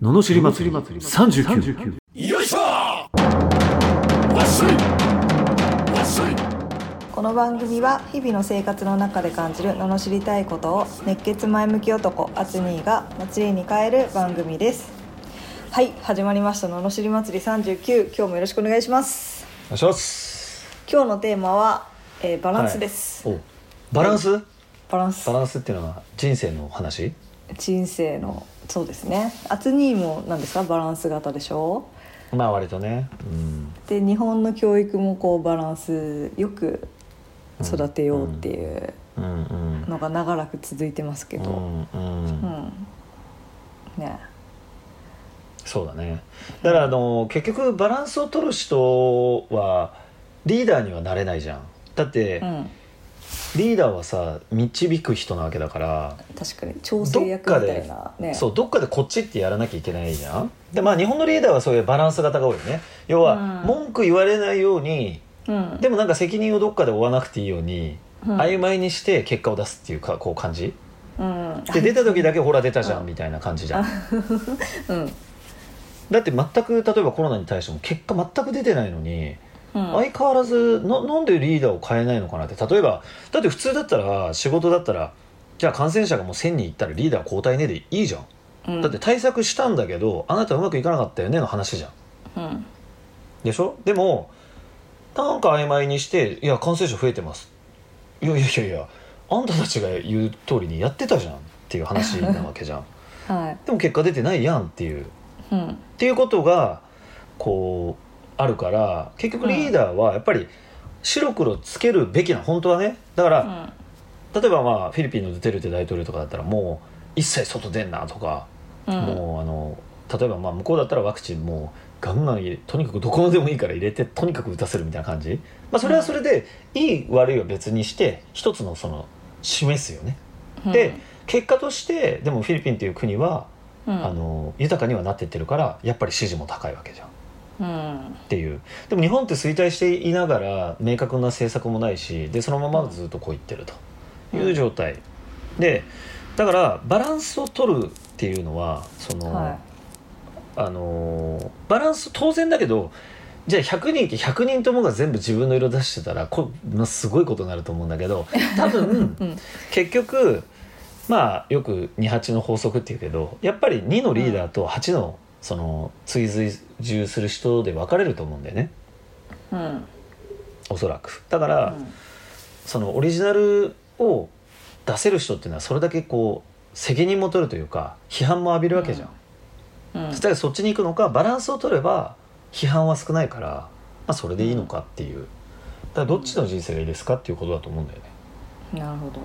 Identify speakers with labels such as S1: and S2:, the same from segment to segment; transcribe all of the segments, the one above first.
S1: ののしり祭り39
S2: この番組は日々の生活の中で感じる罵りたいことを熱血前向き男アツニーが祭りに変える番組ですはい始まりました罵り祭り39今日もよろしくお願いします
S3: お願いします
S2: 今日のテーマは、えーバランスです、
S3: おバランス
S2: バランス
S3: バランスっていうのは人生の話
S2: 人生のそうですねアツニーも何ですかバランス型でしょ
S3: まあ割とねうん
S2: で日本の教育もこうバランスよく育てようっていう
S3: うんうん
S2: のが長らく続いてますけ
S3: う
S2: ど、
S3: んうん、
S2: うんね
S3: そうだねだからあの結局バランスを取る人はリーダーにはなれないじゃんだって
S2: うん
S3: リーダーはさ導く人なわけだから
S2: 確かに調整役みたいなね
S3: そうどっかでこっちってやらなきゃいけないじゃんでまあ日本のリーダーはそういうバランス型が多いよね要は
S2: うん
S3: 文句言われないように
S2: うん、
S3: でもなんか責任をどっかで負わなくていいように
S2: うん
S3: 曖昧にして結果を出すっていうかこう感じ
S2: うん、
S3: で出た時だけほら出たじゃ
S2: うん
S3: んみたいな感じじゃん
S2: うん
S3: だって全く例えばコロナに対しても結果全く出てないのに
S2: うん
S3: 相変わらずななんでリーダーを変えないのかなって例えばだって普通だったら仕事だったらじゃあ感染者がもう1000人いったらリーダー交代ねでいいじゃん
S2: うん
S3: だって対策したんだけどあなたうまくいかなかったよねの話じゃん
S2: うん
S3: でしょでもなんか曖昧にして「いや感染者増えてます」「いやいやいやいやあんたたちが言う通りにやってたじゃん」っていう話なわけじゃ ん
S2: はい
S3: でも結果出てないやんっていうっ
S2: うん
S3: ていうことがこうあるから結局リーダーはやっぱり白黒つけるべきな本当はねだか
S2: う
S3: ら
S2: ん
S3: 例えばまあフィリピンのドゥテルテ大統領とかだったらもう一切外出んなとか
S2: うん
S3: もうあの例えばまあ向こうだったらワクチンもうガンガン入れとにかくどこまでもいいから入れてとにかく打たせるみたいな感じ、まあ、それはそれで、いい悪いは別にして一つのその示すよね。で、結果としてでもフィリピンという国は、
S2: うん
S3: あの豊かにはなってってるからやっぱり支持も高いわけじゃんっ
S2: うん
S3: ていうでも日本って衰退していながら明確な政策もないしでそのままずっとこういってるという状態、でだからバランスを取るっていうのはその。
S2: は
S3: あのーバランス当然だけどじゃあ100人いて100人ともが全部自分の色出してたらこれ、まあ、すごいことになると思うんだけど多分
S2: うん
S3: 結局まあよく28の法則っていうけどやっぱり2のリーダーと8のその追従する人で分かれると思うんだよね
S2: いうん
S3: おそらく。だから、そのオリジナルを出せる人っていうのはそれだけこう責任も取るというか批判も浴びるわけじゃん
S2: うん
S3: そしたらそっちに行くのかバランスを取れば批判は少ないから、まあ、それでいいのかっていうだからどっちの人生がいいですかっていうことだと思うんだよね。
S2: なるほど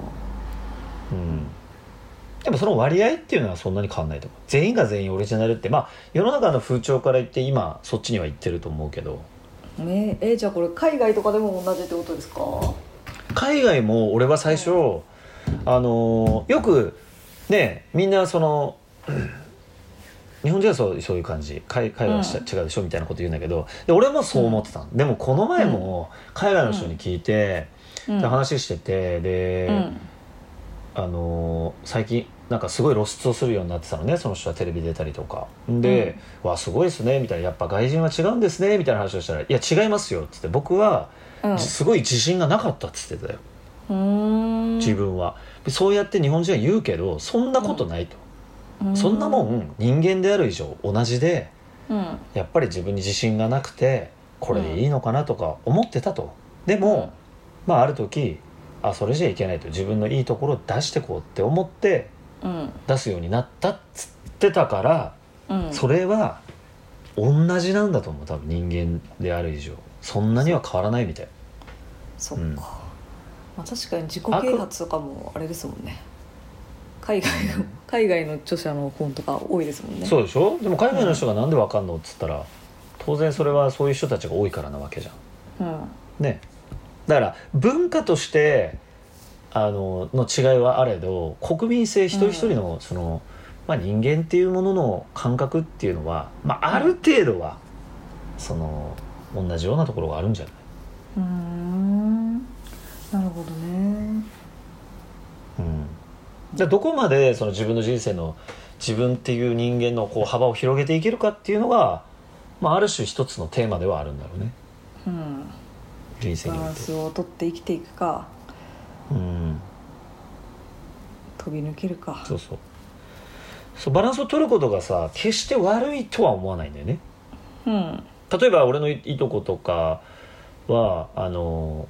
S3: うんでもその割合っていうのはそんなに変わんないと思う全員が全員オリジナルってまあ世の中の風潮から言って今そっちには行ってると思うけど
S2: ねえーじゃあこれ海外とかでも同じってことですか
S3: 海外も俺は最初あのーよくねみんなその うん日本人はそうそういう感じ海海外はし
S2: うん
S3: 違うでしょみたいなこと言うんだけどで俺もそう思ってたの、でもこの前も海外の人に聞いて、
S2: うん
S3: で話しててで、
S2: うん
S3: あのー最近なんかすごい露出をするようになってたのねその人はテレビ出たりとかで「わすごいですね」みたいな「やっぱ外人は違うんですね」みたいな話をしたら「いや違いますよ」っつって僕は
S2: うん
S3: すごい自信がなかったっつってたよ。
S2: うーん
S3: 自分はそうやって日本人は言うけどそんなことないと、
S2: う
S3: そんなもん人間である以上同じで
S2: うん
S3: やっぱり自分に自信がなくてこれでいいのかなとか思ってたとでも、まあある時あそれじゃいけないと自分のいいところを出してこうって思って
S2: うん
S3: 出すようになったっつってたから、
S2: うん
S3: それは同じなんだと思う多分人間である以上そんなには変わらないみたい
S2: そっか、
S3: うん
S2: まあ、確かに自己啓発とかもあれですもんね海外の海外の著者の本とか多いですもんね
S3: そうでしょでも海外の人がなんでわかんのっつったら、当然それはそういう人たちが多いからなわけじゃん。
S2: うん
S3: ね、だから文化としてあのの違いはあれど国民性一人一人の,、そのまあ、人間っていうものの感覚っていうのは、まあ、ある程度はその同じようなところがあるんじゃないう
S2: ーんなるほどね
S3: うん、じゃあどこまでその自分の人生の自分っていう人間のこう幅を広げていけるかっていうのが、まあ、ある種一つのテーマではあるんだろうね
S2: うん、
S3: 人生
S2: バ
S3: にお
S2: ラ
S3: い
S2: ン
S3: て
S2: ス。を取って生きていくか
S3: うん
S2: 飛び抜けるか
S3: そうそうそうバランスを取ることがさ決して悪いとは思わないんだよね
S2: うん
S3: 例えば俺のいいとことかはあの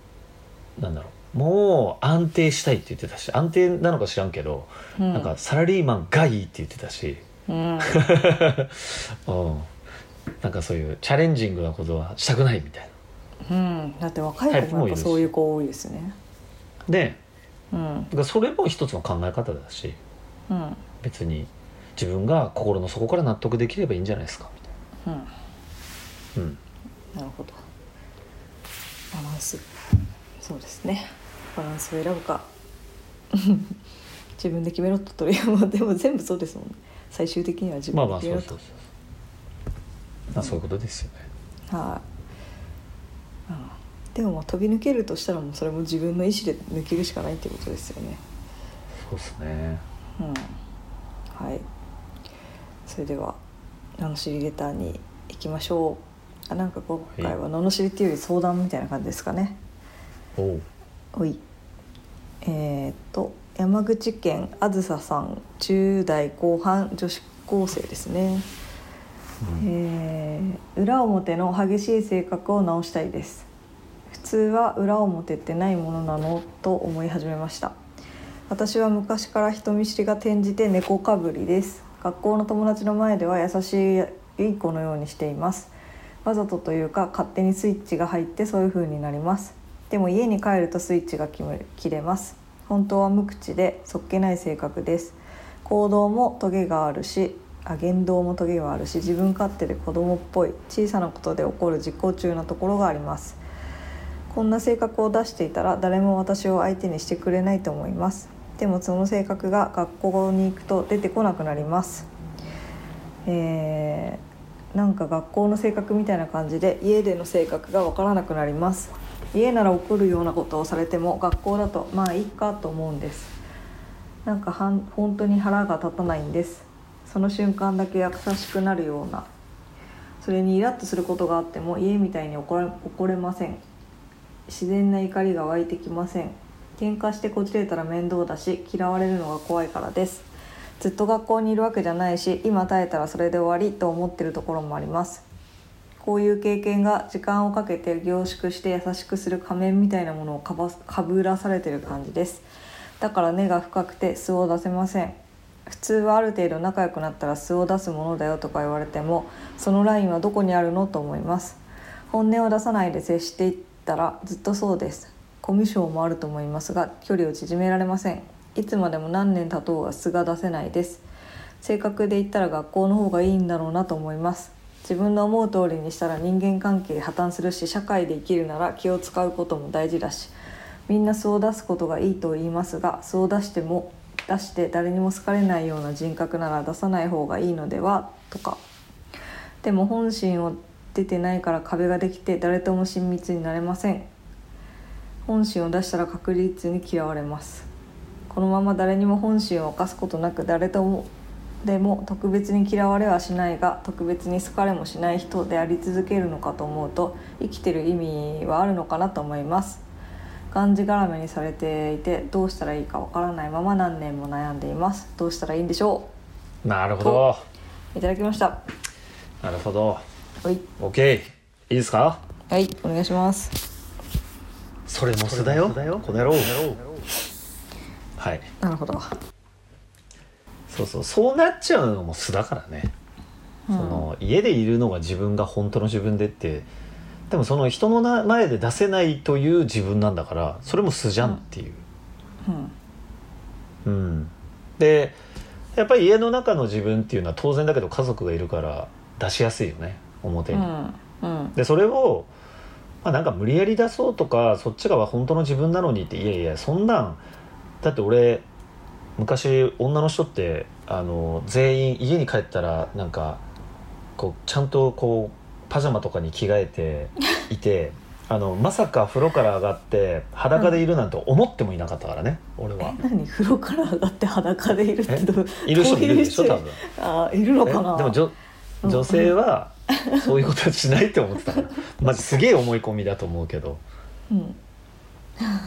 S3: なんだろうもう安定したいって言ってたし安定なのか知らんけど、
S2: うん
S3: なんかサラリーマンがいいって言ってたし、
S2: うん
S3: うん、なんかそういうチャレンジングなことはしたくないみたいな
S2: うん、だって若い子もやっぱそういう子多いです よね
S3: で
S2: うん
S3: だからそれも一つの考え方だし
S2: うん
S3: 別に自分が心の底から納得できればいいんじゃないですかみた
S2: うん
S3: いな、うん、
S2: なるほどバランスそうですねバランスを選ぶか自分で決めろととりあえずまあでも全部そうですもんね最終的には自
S3: まあ
S2: 分で
S3: まあ
S2: 決
S3: そう
S2: め
S3: そ
S2: ろ
S3: うそう
S2: と
S3: まあそういうことですよね
S2: はい、うん、でもまあ飛び抜けるとしたらもうそれも自分の意思で抜けるしかないってことですよね
S3: そうですね
S2: うんはいそれでは罵りレターに行きましょうあなんか今回は罵りっていうより相談みたいな感じですかね
S3: おう
S2: おいえーっと山口県あずささん10代後半女子高生ですね、えー裏表の激しい性格を直したいです普通は裏表ってないものなのと思い始めました私は昔から人見知りが転じて猫かぶりです学校の友達の前では優しい子のようにしていますわざとというか勝手にスイッチが入ってそういう風になりますでも家に帰るとスイッチが切れ切れます本当は無口でそっけない性格です行動もトゲがあるしあ言動もトゲがあるし自分勝手で子供っぽい小さなことで起こる自己中なところがありますこんな性格を出していたら誰も私を相手にしてくれないと思いますでもその性格が学校に行くと出てこなくなりますえーなんか学校の性格みたいな感じで家での性格がわからなくなります家なら怒るようなことをされても学校だとまあいいかと思うんですなんかはん本当に腹が立たないんですその瞬間だけ優しくなるようなそれにイラッとすることがあっても家みたいに怒れ怒れません自然な怒りが湧いてきません喧嘩してこじれたら面倒だし嫌われるのが怖いからですずっと学校にいるわけじゃないし今耐えたらそれで終わりと思ってるところもありますこういう経験が時間をかけて凝縮して優しくする仮面みたいなものをかばかぶらされてる感じですだから根が深くて素を出せません普通はある程度仲良くなったら素を出すものだよとか言われてもそのラインはどこにあるのと思います本音を出さないで接していったらずっとそうですコミュ障もあると思いますが距離を縮められませんいつまでも何年経とうが素が出せないです性格で言ったら学校の方がいいんだろうなと思います自分の思う通りにしたら人間関係破綻するし社会で生きるなら気を使うことも大事だしみんな素を出すことがいいと言いますが素を出しても出して誰にも好かれないような人格なら出さない方がいいのではとかでも本心を出てないから壁ができて誰とも親密になれません本心を出したら確実に嫌われますこのまま誰にも本心を犯すことなく誰ともでも特別に嫌われはしないが特別に好かれもしない人であり続けるのかと思うと生きてる意味はあるのかなと思いますがんじがらめにされていてどうしたらいいかわからないまま何年も悩んでいますどうしたらいいんでしょ
S3: なるほど
S2: ういただきました
S3: なるほど
S2: はい、
S3: OK いいですか
S2: はい、お願いします
S3: それも素だよこの野郎はい
S2: なるほど
S3: そうそうそうなっちゃうのも素だからね、その家でいるのが自分が本当の自分でってでもその人のな前で出せないという自分なんだからそれも素じゃんっていう、
S2: うん
S3: うん、でやっぱり家の中の自分っていうのは当然だけど家族がいるから出しやすいよね表
S2: う
S3: に。
S2: んうん
S3: でそれを、まあ、なんか無理やり出そうとかそっちが本当の自分なのにっていやいやそんなんだって俺昔女の人ってあの全員家に帰ったらなん かこうちゃんとこうパジャマとかに着替えていてあのまさか風呂から上がって裸でいるなんて思ってもいなかったからね、俺は
S2: 何風呂から上がって裸でいるってどう
S3: いる人もいるでしょ多
S2: どういう
S3: 分
S2: 人あーいるのかな
S3: えでも女
S2: うん
S3: 女性はそういうことはしないって思ってたからマジすげえ思い込みだと思うけど
S2: うん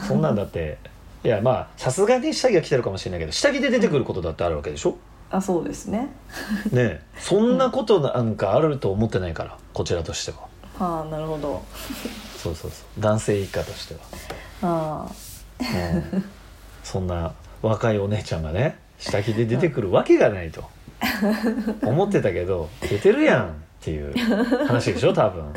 S3: そんなんだっていやまあさすがに下着が来てるかもしれないけど下着で出てくることだってあるわけでしょ
S2: あそうですね
S3: ねえそんなことなんかあると思ってないからこちらとしては
S2: ああなるほど
S3: そうそうそう男性一家としては、
S2: ああ
S3: うんそんな若いお姉ちゃんがね下着で出てくるわけがないと思ってたけど出てるやんっていう話でしょ多分。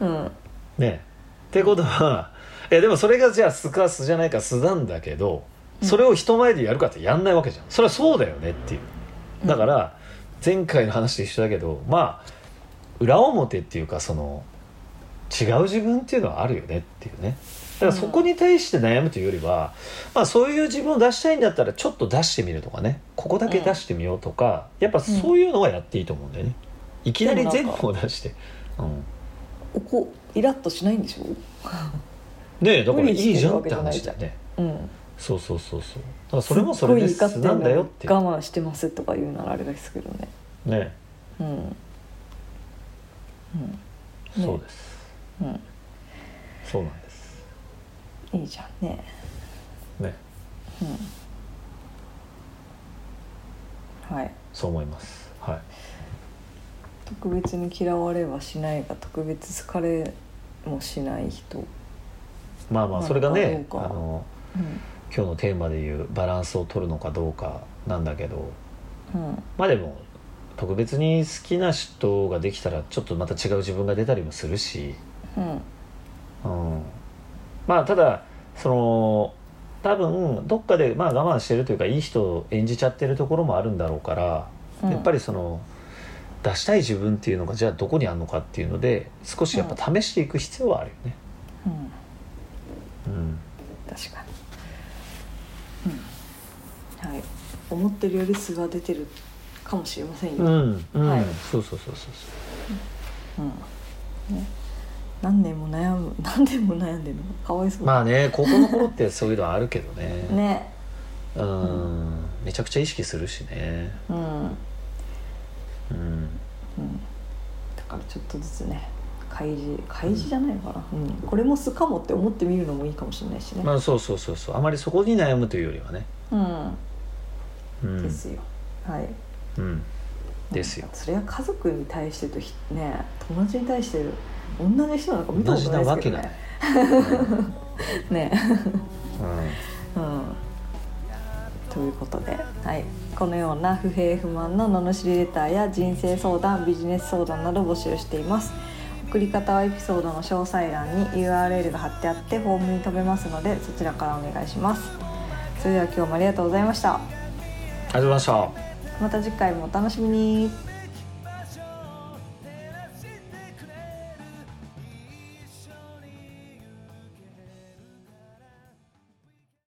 S2: うん
S3: ねってことはいやでもそれがじゃあ素か素じゃないか素なんだけどそれを人前でやるかってやんないわけじゃんそれはそうだよねっていうだから前回の話と一緒だけどまあ裏表っていうかその違う自分っていうのはあるよねっていうねだからそこに対して悩むというよりは、まあ、そういう自分を出したいんだったらちょっと出してみるとかねここだけ出してみようとか、やっぱそういうのはやっていいと思うんだよねいきなり全部を出して、うん、
S2: おこイラッとしないんでしょ
S3: ねえだから
S2: 無
S3: い
S2: 理して
S3: いじゃ
S2: る
S3: んっ
S2: わけ
S3: て
S2: じゃない
S3: 話
S2: じゃ
S3: だ
S2: ん
S3: よね
S2: うん
S3: そうそうそうそうだからそれもそれで
S2: っごい怒って
S3: 素
S2: んの
S3: なん
S2: に
S3: だよっていう
S2: 我慢してますとか言うならあれですけどね
S3: ね
S2: うん
S3: え
S2: ね
S3: そうです
S2: うん
S3: そうなんです
S2: うんいいじゃんね
S3: ね
S2: はい
S3: そう思いますはい
S2: 特別に嫌われはしないが特別好かれもしない人、うん、
S3: まあまあ
S2: まあ
S3: それがねあ
S2: どうか
S3: の今日のテーマでいうバランスを取るのかどうかなんだけど
S2: うん、
S3: まあでも特別に好きな人ができたらちょっとまた違う自分が出たりもするし
S2: うん、
S3: うん、まあただその多分どっかでまあ我慢してるというかいい人を演じちゃってるところもあるんだろうから、
S2: うん
S3: やっぱりその出したい自分っていうのがじゃあどこにあるのかっていうので少しやっぱ試していく必要はあるよね。
S2: うん、
S3: うん
S2: 確かに、うん、はい思ってるより素が出てるかもしれません
S3: う
S2: よ、
S3: ん、うん
S2: はい
S3: そうそうそうそうそう
S2: うんね、何年も悩む 何年も悩んでるのかわいそう、
S3: まあね高校の頃ってそういうのはあるけどね
S2: ね
S3: うんめちゃくちゃ意識するしね、
S2: うん
S3: うん、
S2: だからちょっとずつね開示開示じゃないのかな、うんこれも素かもって思ってみるのもいいかもしれないしね、
S3: まあそうそうそうそうあまりそこに悩むというよりはね、う
S2: うん
S3: ん
S2: ですよ、はい
S3: うん、ですよ
S2: それは家族に対してとひね友達に対して同じ人なんか見た
S3: 同
S2: こと
S3: じ
S2: な
S3: ない
S2: で
S3: わ
S2: す
S3: け
S2: けど
S3: がない
S2: ね。ねうんということで、はい、このような不平不満の罵りレターや人生相談ビジネス相談など募集しています送り方はエピソードの詳細欄に URL が貼ってあってフォームに飛べますのでそちらからお願いしますそれでは今日もありがとうございました
S3: ありがとうございました。
S2: また次回もお楽しみに